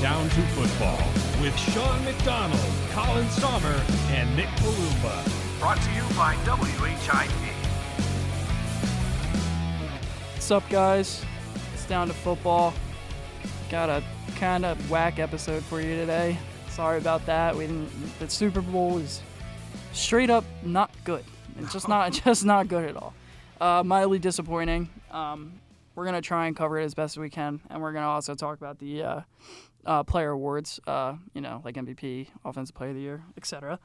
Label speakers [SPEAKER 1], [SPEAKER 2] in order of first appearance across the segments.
[SPEAKER 1] Down to Football with Sean McDonald, Colin Sommer, and Nick Palumba.
[SPEAKER 2] Brought to you by WHIP.
[SPEAKER 3] What's up, guys? It's down to football. Got a kind of whack episode for you today. Sorry about that. We didn't. The Super Bowl was straight up not good. It's just not just not good at all. Uh, mildly disappointing. Um, we're gonna try and cover it as best we can, and we're gonna also talk about the uh, uh, player awards. Uh, you know, like MVP, Offensive Player of the Year, etc.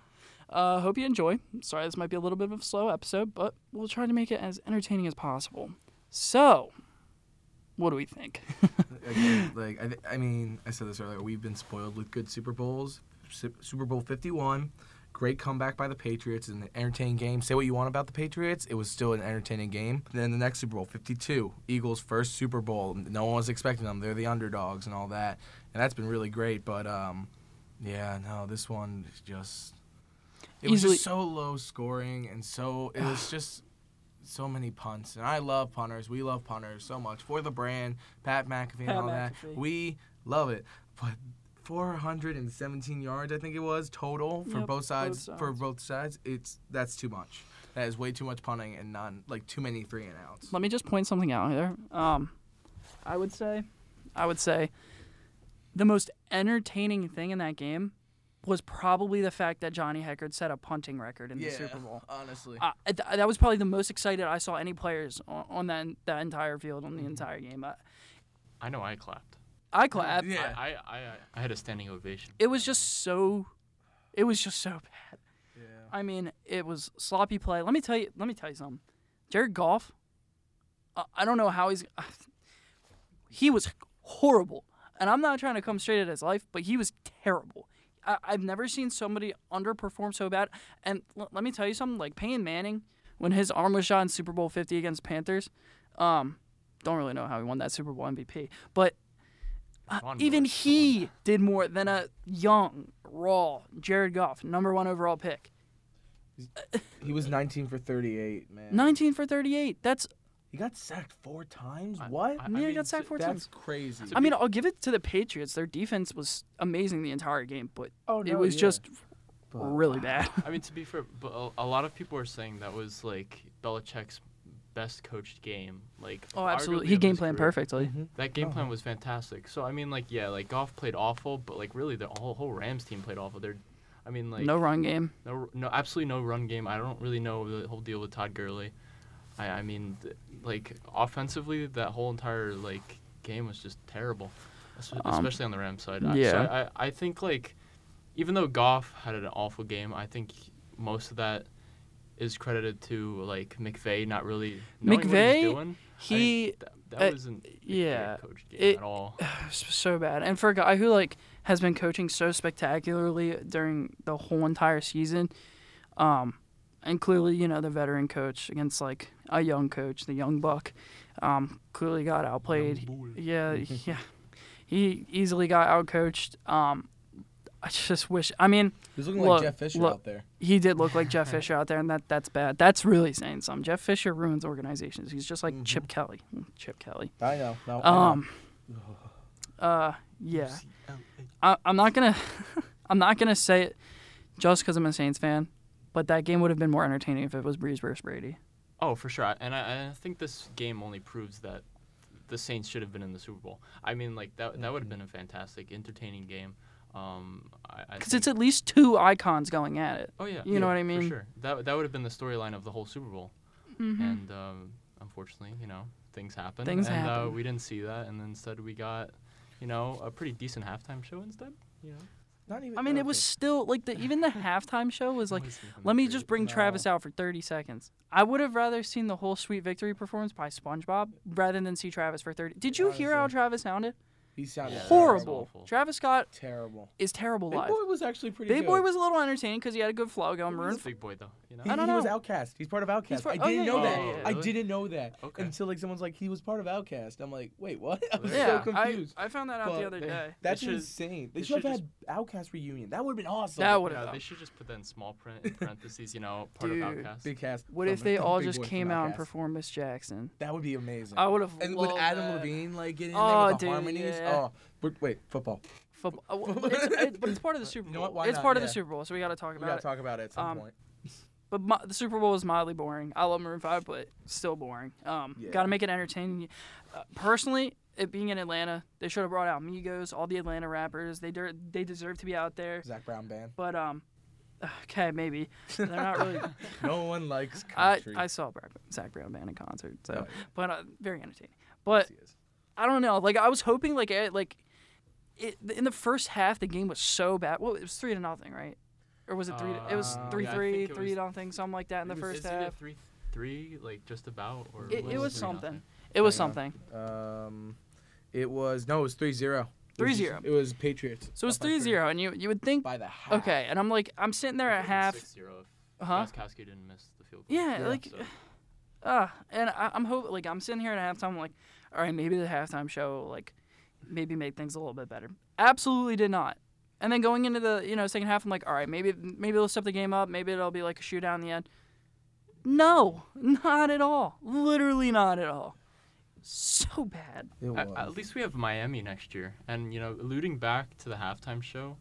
[SPEAKER 3] Uh, hope you enjoy. Sorry, this might be a little bit of a slow episode, but we'll try to make it as entertaining as possible. So, what do we think?
[SPEAKER 4] again, like I, th- I mean, I said this earlier. We've been spoiled with good Super Bowls. Su- Super Bowl Fifty One, great comeback by the Patriots, an entertaining game. Say what you want about the Patriots, it was still an entertaining game. Then the next Super Bowl Fifty Two, Eagles' first Super Bowl. No one was expecting them. They're the underdogs and all that, and that's been really great. But um, yeah, no, this one is just. It was
[SPEAKER 3] Easily-
[SPEAKER 4] just so low scoring and so it was just so many punts, and I love punters. We love punters so much for the brand, Pat McAfee and
[SPEAKER 3] Pat
[SPEAKER 4] all that.
[SPEAKER 3] McAfee.
[SPEAKER 4] We love it. But 417 yards, I think it was total for
[SPEAKER 3] Yep,
[SPEAKER 4] both sides.
[SPEAKER 3] both
[SPEAKER 4] For
[SPEAKER 3] sides.
[SPEAKER 4] both sides, it's that's too much. That is way too much punting and not like too many three and outs.
[SPEAKER 3] Let me just point something out here. Um, I would say, I would say, the most entertaining thing in that game was probably the fact that Johnny Heckard set a punting record in the Super Bowl.
[SPEAKER 4] honestly.
[SPEAKER 3] Uh, th- that was probably the most excited I saw any players on, on that that entire field on the entire game. I,
[SPEAKER 5] I know I clapped.
[SPEAKER 3] I clapped.
[SPEAKER 4] Yeah.
[SPEAKER 5] I, I, I, I had a standing ovation.
[SPEAKER 3] It was just so, it was just so bad.
[SPEAKER 4] yeah.
[SPEAKER 3] I mean, it was sloppy play. Let me tell you. Let me tell you something. Jared Goff. I I don't know how he's. he was horrible, and I'm not trying to come straight at his life, but he was terrible. I, I've never seen somebody underperform so bad. And l- let me tell you something. Like Peyton Manning, when his arm was shot in Super Bowl 50 against Panthers, um, don't really know how he won that Super Bowl MVP, but uh,
[SPEAKER 5] Von
[SPEAKER 3] even
[SPEAKER 5] Miller still won
[SPEAKER 3] he did more than a young, raw Jared Goff, number one overall pick.
[SPEAKER 4] He was 19 for 38, man.
[SPEAKER 3] 19 for 38. That's
[SPEAKER 4] He got sacked four times.
[SPEAKER 5] I-
[SPEAKER 4] what?
[SPEAKER 5] I-
[SPEAKER 3] yeah, he
[SPEAKER 5] mean,
[SPEAKER 3] got sacked four
[SPEAKER 4] that's
[SPEAKER 3] times.
[SPEAKER 4] crazy.
[SPEAKER 3] I mean, I'll give it to the Patriots. Their defense was amazing the entire game, but
[SPEAKER 4] Oh,
[SPEAKER 3] it
[SPEAKER 4] no,
[SPEAKER 3] was
[SPEAKER 4] yeah.
[SPEAKER 3] just
[SPEAKER 4] But-
[SPEAKER 3] really bad.
[SPEAKER 5] I mean, to be fair, but a, a lot of people are saying that was like Belichick's best coached game. Like,
[SPEAKER 3] oh, absolutely.
[SPEAKER 5] arguably
[SPEAKER 3] He
[SPEAKER 5] of
[SPEAKER 3] game
[SPEAKER 5] his
[SPEAKER 3] planned
[SPEAKER 5] career.
[SPEAKER 3] perfectly.
[SPEAKER 5] That game plan was fantastic. So I mean, like, yeah, like Goff played awful, but like really the whole whole Rams team played awful. They're, I mean, like
[SPEAKER 3] No run game.
[SPEAKER 5] no, no, absolutely no run game. I don't really know the whole deal with Todd Gurley. I, I mean, th- like offensively, that whole entire like game was just terrible, es- especially on the Rams side. I- so
[SPEAKER 3] Um, yeah.
[SPEAKER 5] I, I, I think like, even though Goff had an awful game, I think most of that is credited to like McVay not really knowing what
[SPEAKER 3] McVay,
[SPEAKER 5] he's doing.
[SPEAKER 3] he-
[SPEAKER 5] I think that, that
[SPEAKER 3] uh,
[SPEAKER 5] wasn't a
[SPEAKER 3] yeah,
[SPEAKER 5] great coach game
[SPEAKER 3] it-
[SPEAKER 5] at all.
[SPEAKER 3] So bad. And for a guy who like has been coaching so spectacularly during the whole entire season, um, and clearly, you know, the veteran coach against like a young coach, the young buck, um, clearly got outplayed. yeah, yeah. He easily got outcoached. Um, I just wish. I mean,
[SPEAKER 4] He's looking
[SPEAKER 3] Look,
[SPEAKER 4] like Jeff Fisher
[SPEAKER 3] look.
[SPEAKER 4] out there.
[SPEAKER 3] he did look like Jeff Fisher out there, and that that's bad. That's really saying something. Jeff Fisher ruins organizations. He's just like
[SPEAKER 4] Mm-hmm.
[SPEAKER 3] Chip Kelly. Mm, Chip Kelly.
[SPEAKER 4] I know. No, I know.
[SPEAKER 3] Um. Uh. Yeah. I, I'm not gonna. I'm not gonna say it just because I'm a Saints fan, but that game would have been more entertaining if it was Breeze versus Brady.
[SPEAKER 5] Oh, for sure. I- And I, I think this game only proves that the Saints should have been in the Super Bowl. I mean, like that that would have been a fantastic, entertaining game. Um, I, I
[SPEAKER 3] Because
[SPEAKER 5] think-
[SPEAKER 3] it's at least two icons going at it.
[SPEAKER 5] oh yeah,
[SPEAKER 3] you know
[SPEAKER 5] yeah,
[SPEAKER 3] what I mean? Mm-hmm.
[SPEAKER 5] For sure. That that would have been the storyline of the whole Super Bowl. And um, unfortunately, you know, things happen.
[SPEAKER 3] Things
[SPEAKER 5] and, Uh,
[SPEAKER 3] happen.
[SPEAKER 5] we didn't see that, and instead we got, you know, a pretty decent halftime show instead. You know.
[SPEAKER 4] Not even,
[SPEAKER 3] I mean, it
[SPEAKER 4] okay.
[SPEAKER 3] was still like the even the halftime show was like,
[SPEAKER 5] Wasn't even
[SPEAKER 3] let me
[SPEAKER 5] great.
[SPEAKER 3] just bring Travis out for 30 seconds. I would have rather seen the whole sweet victory performance by SpongeBob rather than see Travis for 30. Did you hear how
[SPEAKER 4] Honestly.
[SPEAKER 3] Travis sounded?
[SPEAKER 4] He sounded
[SPEAKER 5] Yeah.
[SPEAKER 3] Horrible.
[SPEAKER 5] awful.
[SPEAKER 3] Travis Scott
[SPEAKER 4] Terrible.
[SPEAKER 3] is terrible
[SPEAKER 4] Big
[SPEAKER 3] live.
[SPEAKER 4] Boy was actually pretty
[SPEAKER 3] Big
[SPEAKER 4] good.
[SPEAKER 3] Boy was a little entertaining because he had a good flow going. Maroon
[SPEAKER 5] He's a big boy though. You know.
[SPEAKER 4] He,
[SPEAKER 3] I don't
[SPEAKER 4] he was
[SPEAKER 3] know.
[SPEAKER 4] Outcast. He's part of Outcast.
[SPEAKER 3] part-
[SPEAKER 4] I
[SPEAKER 3] oh,
[SPEAKER 4] didn't
[SPEAKER 3] yeah,
[SPEAKER 4] know
[SPEAKER 3] yeah,
[SPEAKER 4] that.
[SPEAKER 3] yeah, yeah.
[SPEAKER 4] I
[SPEAKER 5] Really?
[SPEAKER 4] didn't know that
[SPEAKER 5] Okay.
[SPEAKER 4] until like someone's like he was part of Outcast. I'm like, wait, what? I was
[SPEAKER 3] Yeah,
[SPEAKER 4] so confused.
[SPEAKER 3] I, I found that out the
[SPEAKER 4] But
[SPEAKER 3] other
[SPEAKER 5] they-
[SPEAKER 3] day.
[SPEAKER 4] That's
[SPEAKER 5] should-
[SPEAKER 4] insane. They
[SPEAKER 5] they
[SPEAKER 4] should have
[SPEAKER 5] should
[SPEAKER 4] had Outcast reunion. That would have been awesome.
[SPEAKER 3] That would
[SPEAKER 5] Yeah,
[SPEAKER 3] have.
[SPEAKER 5] they should just put that in small print, in parentheses. You know, part
[SPEAKER 3] Dude,
[SPEAKER 5] of Outcast.
[SPEAKER 4] Big cast.
[SPEAKER 3] What
[SPEAKER 4] from
[SPEAKER 3] if they all
[SPEAKER 4] Big
[SPEAKER 3] just
[SPEAKER 4] Boy from
[SPEAKER 3] came out and
[SPEAKER 4] Outkast.
[SPEAKER 3] performed Miss Jackson?
[SPEAKER 4] That would be amazing.
[SPEAKER 3] I would've
[SPEAKER 4] And with
[SPEAKER 3] loved
[SPEAKER 4] Adam
[SPEAKER 3] that.
[SPEAKER 4] Levine like getting in
[SPEAKER 3] Oh,
[SPEAKER 4] there with the
[SPEAKER 3] dude,
[SPEAKER 4] harmonies.
[SPEAKER 3] yeah.
[SPEAKER 4] Oh, but wait, football.
[SPEAKER 3] football. Uh, well, it's, it's, but it's part of the Super Bowl.
[SPEAKER 4] You know what, why
[SPEAKER 3] it's
[SPEAKER 4] not?
[SPEAKER 3] part of
[SPEAKER 4] Yeah.
[SPEAKER 3] the Super Bowl, so we got to talk
[SPEAKER 4] We
[SPEAKER 3] about
[SPEAKER 4] gotta
[SPEAKER 3] it.
[SPEAKER 4] talk about it at some
[SPEAKER 3] Um,
[SPEAKER 4] point.
[SPEAKER 3] But my, the Super Bowl was mildly boring. I love Maroon Five, but still boring. Um,
[SPEAKER 4] Yeah.
[SPEAKER 3] got to make it entertaining. Uh, personally, it being in Atlanta, they should have brought out Migos, all the Atlanta rappers. They der- they deserve to be out there.
[SPEAKER 4] Zach Brown band.
[SPEAKER 3] But um, okay, maybe they're not really.
[SPEAKER 4] No one likes
[SPEAKER 3] I,
[SPEAKER 4] country.
[SPEAKER 3] I saw Bra- Zach Brown band in concert, so
[SPEAKER 4] Oh, yeah.
[SPEAKER 3] but uh, very entertaining. But I don't know. Like I was hoping, like eh, like it, in the first half, the game was so bad. Well, it was three to nothing, right? Or was it three? it was
[SPEAKER 5] Uh,
[SPEAKER 3] three
[SPEAKER 5] yeah, I
[SPEAKER 3] three,
[SPEAKER 5] think it
[SPEAKER 3] three
[SPEAKER 5] was-
[SPEAKER 3] nothing, something like that in the
[SPEAKER 5] It
[SPEAKER 3] first
[SPEAKER 5] was either
[SPEAKER 3] half.
[SPEAKER 5] Three, three, like just about, or
[SPEAKER 3] It, it was
[SPEAKER 5] three nothing.
[SPEAKER 3] something. It was
[SPEAKER 4] Hang on.
[SPEAKER 3] something.
[SPEAKER 4] Um, it was no, it was 3-0. It was
[SPEAKER 3] 3-0.
[SPEAKER 4] It was Patriots.
[SPEAKER 3] So it was
[SPEAKER 4] Up by three.
[SPEAKER 3] 3 0, and you you would think,
[SPEAKER 4] By the half.
[SPEAKER 3] okay. And I'm like, I'm sitting there
[SPEAKER 5] It
[SPEAKER 3] at
[SPEAKER 5] was
[SPEAKER 3] half.
[SPEAKER 5] 6-0 if
[SPEAKER 3] Uh-huh.
[SPEAKER 5] Gostkowski didn't miss the field goal.
[SPEAKER 3] Yeah,
[SPEAKER 4] Yeah.
[SPEAKER 3] like,
[SPEAKER 5] So,
[SPEAKER 3] uh, and I, I'm hoping, like, I'm sitting here at halftime, like, all right, maybe the halftime show, will, like, maybe make things a little bit better. Absolutely did not. And then going into the, you know, second half, I'm like, all right, maybe maybe they'll step the game up. Maybe it'll be like a shootout in the end. No, not at all. Literally not at all. So bad.
[SPEAKER 4] It was.
[SPEAKER 5] at, at least we have Miami next year, and you know, alluding back to the halftime show,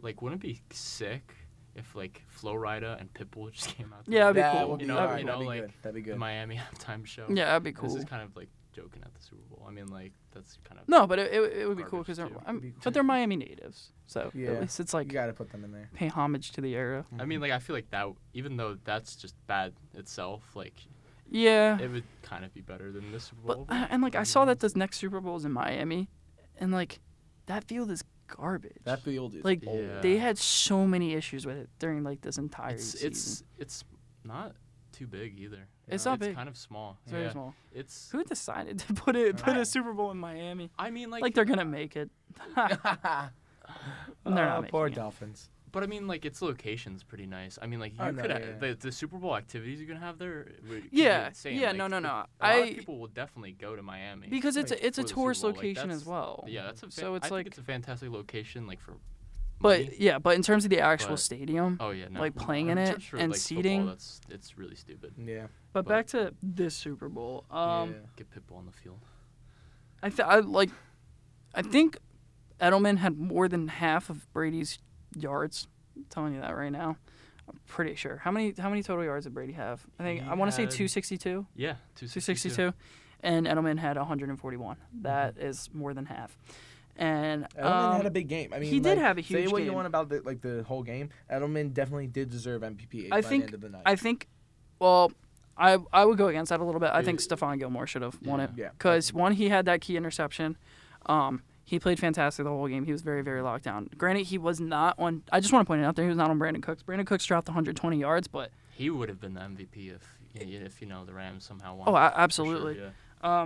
[SPEAKER 5] like, wouldn't it be sick if like Flo Rida and Pitbull just came out?
[SPEAKER 3] Yeah,
[SPEAKER 5] together?
[SPEAKER 3] that'd be
[SPEAKER 4] That
[SPEAKER 3] cool.
[SPEAKER 4] would be
[SPEAKER 5] You know,
[SPEAKER 4] all right,
[SPEAKER 5] you
[SPEAKER 4] that'd
[SPEAKER 5] know,
[SPEAKER 4] be
[SPEAKER 5] like
[SPEAKER 4] good. That'd be
[SPEAKER 5] the
[SPEAKER 4] good.
[SPEAKER 5] Miami halftime show.
[SPEAKER 3] Yeah, that'd be cool.
[SPEAKER 5] This is kind of like joking at the Super Bowl. I mean, like that's kind of
[SPEAKER 3] No, but it, it, it would be cool
[SPEAKER 5] Garbage,
[SPEAKER 3] because they're,
[SPEAKER 5] too.
[SPEAKER 3] I'm-
[SPEAKER 4] Be
[SPEAKER 3] but they're Miami natives, so
[SPEAKER 4] Yeah.
[SPEAKER 3] at least it's
[SPEAKER 4] You
[SPEAKER 3] like
[SPEAKER 4] gotta put them in there.
[SPEAKER 3] pay homage to the era.
[SPEAKER 5] I mean, like I feel like that. Even though that's just bad itself, like
[SPEAKER 3] Yeah,
[SPEAKER 5] it would kind of be better than this Super
[SPEAKER 3] but
[SPEAKER 5] Bowl.
[SPEAKER 3] uh, and like I saw that this next Super Bowl is in Miami, and like that field is garbage.
[SPEAKER 4] That field is
[SPEAKER 3] like
[SPEAKER 4] old.
[SPEAKER 5] Yeah.
[SPEAKER 3] they had so many issues with it during like this entire
[SPEAKER 5] it's
[SPEAKER 3] season.
[SPEAKER 5] it's it's not too big either. you
[SPEAKER 3] It's
[SPEAKER 5] know?
[SPEAKER 3] not
[SPEAKER 5] it's
[SPEAKER 3] big.
[SPEAKER 5] kind of small.
[SPEAKER 3] It's very
[SPEAKER 5] yeah.
[SPEAKER 3] small.
[SPEAKER 5] It's.
[SPEAKER 3] Who decided to put it put
[SPEAKER 5] I-
[SPEAKER 3] a Super Bowl in Miami?
[SPEAKER 5] I mean, like,
[SPEAKER 3] Like they're gonna make it. they're
[SPEAKER 4] Ah,
[SPEAKER 3] not making
[SPEAKER 4] poor
[SPEAKER 3] it.
[SPEAKER 4] Dolphins.
[SPEAKER 5] but I mean, like, its location's pretty nice. I mean, like, you
[SPEAKER 4] I know,
[SPEAKER 5] could
[SPEAKER 4] yeah.
[SPEAKER 5] the the Super Bowl activities you can have there. would- could be
[SPEAKER 3] Yeah,
[SPEAKER 5] insane.
[SPEAKER 3] yeah,
[SPEAKER 5] Like,
[SPEAKER 3] no, no, no.
[SPEAKER 5] the- A lot
[SPEAKER 3] I-
[SPEAKER 5] of people will definitely go to Miami
[SPEAKER 3] Because it's
[SPEAKER 4] Like,
[SPEAKER 3] a, it's a
[SPEAKER 5] for the Super
[SPEAKER 3] tourist
[SPEAKER 5] Bowl. Like,
[SPEAKER 3] location as
[SPEAKER 5] that's-
[SPEAKER 3] well.
[SPEAKER 5] Yeah, that's a fa-
[SPEAKER 3] so it's
[SPEAKER 5] I
[SPEAKER 3] like
[SPEAKER 5] think it's a fantastic location, like for. money.
[SPEAKER 3] But yeah, but in terms of the actual
[SPEAKER 5] But-
[SPEAKER 3] stadium,
[SPEAKER 5] Oh yeah, no.
[SPEAKER 3] like, playing in
[SPEAKER 5] I'm
[SPEAKER 3] it
[SPEAKER 5] sure for,
[SPEAKER 3] and
[SPEAKER 5] like,
[SPEAKER 3] seating.
[SPEAKER 5] Football, that's it's really stupid.
[SPEAKER 4] Yeah.
[SPEAKER 3] but,
[SPEAKER 5] but-
[SPEAKER 3] back to this Super Bowl. Um,
[SPEAKER 4] yeah.
[SPEAKER 5] Get Pitbull on the field.
[SPEAKER 3] I th- I like, I think Edelman had more than half of Brady's yards. I'm telling you that right now. I'm pretty sure. How many how many total yards did Brady have? I think
[SPEAKER 5] He
[SPEAKER 3] I want to say
[SPEAKER 5] had-
[SPEAKER 3] 262,
[SPEAKER 5] Yeah, two
[SPEAKER 3] 262, and Edelman had 141. That
[SPEAKER 5] Mm-hmm.
[SPEAKER 3] is more than half. And
[SPEAKER 4] Edelman
[SPEAKER 3] um,
[SPEAKER 4] had a big game. I mean,
[SPEAKER 3] he did
[SPEAKER 4] like,
[SPEAKER 3] have a
[SPEAKER 4] Say
[SPEAKER 3] huge
[SPEAKER 4] what you
[SPEAKER 3] game.
[SPEAKER 4] want about the, like the whole game. Edelman definitely did deserve MVP
[SPEAKER 3] I
[SPEAKER 4] by
[SPEAKER 3] think-
[SPEAKER 4] the end of the night.
[SPEAKER 3] I think, well, I I would go against that a little bit. I think Stephon Gilmore should have won it.
[SPEAKER 4] Yeah.
[SPEAKER 3] Because one, he had that key interception. Um, he played fantastic the whole game. He was very very locked down. Granted, he was not on. I just want to point it out there. He was not on Brandon Cooks. Brandon Cooks dropped 120 yards, but
[SPEAKER 5] He would have been the MVP if y- y- if you know the Rams somehow won.
[SPEAKER 3] oh,
[SPEAKER 5] for
[SPEAKER 3] I,
[SPEAKER 5] sure,
[SPEAKER 3] absolutely.
[SPEAKER 5] yeah.